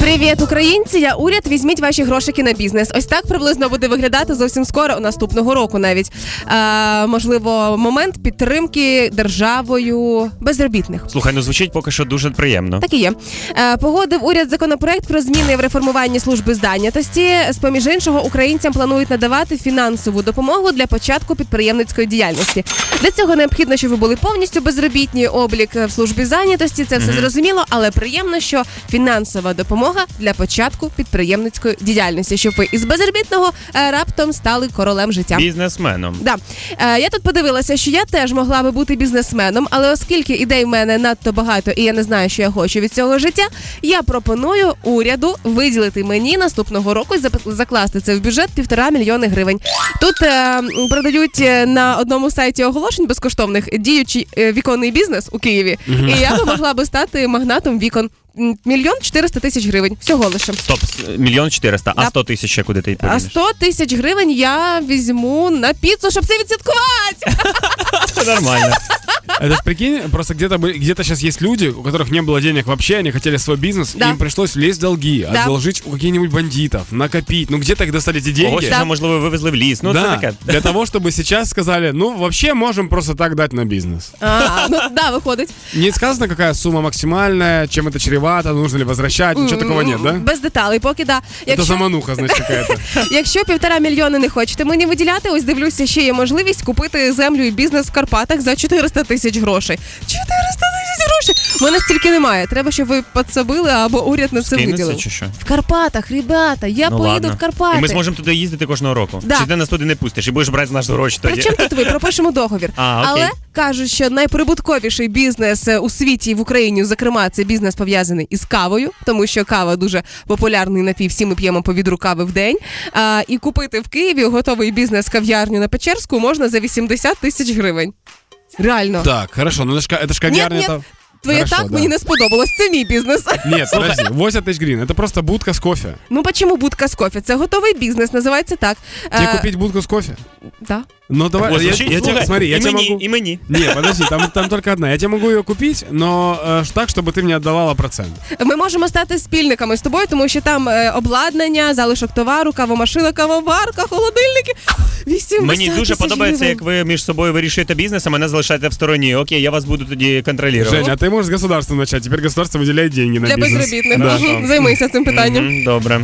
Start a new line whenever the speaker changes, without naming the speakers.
Привіт, українці! Я уряд. Візьміть ваші грошики на бізнес. Ось так приблизно буде виглядати зовсім скоро наступного року. Навіть е, можливо момент підтримки державою безробітних.
Слухай, ну звучить поки що дуже приємно.
Так і є. Е, Погодив уряд законопроект про зміни в реформуванні служби зайнятості. З поміж іншого, українцям планують надавати фінансову допомогу для початку підприємницької діяльності. Для цього необхідно, щоб ви були повністю безробітні облік в службі зайнятості. Це все зрозуміло, але приємно, що фінансова допомога для початку підприємницької діяльності, щоб ви із безробітного е, раптом стали королем життя.
Бізнесменом.
Да. Е, я тут подивилася, що я теж могла би бути бізнесменом, але оскільки ідей в мене надто багато, і я не знаю, що я хочу від цього життя, я пропоную уряду виділити мені наступного року і зап- закласти це в бюджет півтора мільйони гривень. Тут е, м, продають е, на одному сайті оголошень безкоштовних діючий е, віконний бізнес у Києві, і я би могла би стати магнатом вікон. М, Мільйон чотириста тисяч гривень всього лише.
Стоп, с- мільйон чотириста, а
Да.
сто тисяч ще куди ти
А
повинен?
100 тисяч гривень я візьму на піцу, щоб це відсвяткувати.
Нормально.
Это ж прикинь, просто где-то были- где-то сейчас есть люди, у которых не было денег вообще, они хотели свой бизнес,
Да.
и им пришлось влезть в долги,
Да.
одолжить у каких-нибудь бандитов, накопить. Ну где так достали эти деньги?
Когось вже, можливо, вивезли в ліс. Ну, це
да,
таке.
для того, чтобы сейчас сказали, ну вообще можем просто так дать на бизнес.
А, ну да, виходить.
Не сказано, какая сумма максимальная, чем это чревато, нужно ли возвращать, ничего такого нет, да?
Без деталей, поки да.
Это
Якщо,
замануха, значит, какая-то.
якщо півтора мільйони не хочете мені виділяти, ось дивлюся, ще є можливість купити землю і бізнес в Карпатах за 400 тисяч грошей. 400 тисяч грошей! Мене стільки немає. Треба, щоб ви підсобили або уряд на це
Кинеться
виділив.
чи що?
В Карпатах, ребята, я
Ну,
поїду
ладно.
в Карпати.
І ми зможемо туди їздити кожного року.
Да.
Чи ти нас туди не пустиш і будеш брати з нас гроші тоді.
Причому тут ви пропишемо договір.
А, окей.
Але кажуть, що найприбутковіший бізнес е, у світі і в Україні, зокрема, це бізнес пов'язаний із кавою, тому що кава дуже популярний напій. Всі ми п'ємо по відру кави в день. А, і купити в Києві готовий бізнес кав'ярню на Печерську можна за 80 тисяч гривень. Реально.
Так, хорошо, ну это ж ка- это ж кавярня
нет,
там.
Твоє
Хорошо,
так
да.
мені не сподобалось. Це мій бізнес.
Нет, подожди, 80 тысяч гривен, это просто будка с кофе.
Ну почому будка з кофе? Це готовий бізнес, називається так.
Тебе
Е,
купить будку с кофе?
да.
Ну давай,
Ось,
я,
звучить,
я тебе,
слухай,
смотри, я
і
тебе
мені,
могу...
І мені.
Не, подожди, там, там только одна. Я тебе могу ее купить, но э, ж так, чтобы ты мне отдавала процент.
Ми можемо стати спільниками з тобою, тому що там е, обладнання, залишок товару, кавомашина, кавоварка, холодильники. 80
Мені дуже
тисяч
подобається,
гривень.
як ви між собою вирішуєте бізнес, а мене залишаєте в стороні. Окей, я вас буду тоді контролювати.
Женя, а ты можешь с государства начать. Теперь государство выделяет деньги на
для
бизнес.
безробітних.
Да.
Мгм. Займися цим питанням.
Мгм, Добре.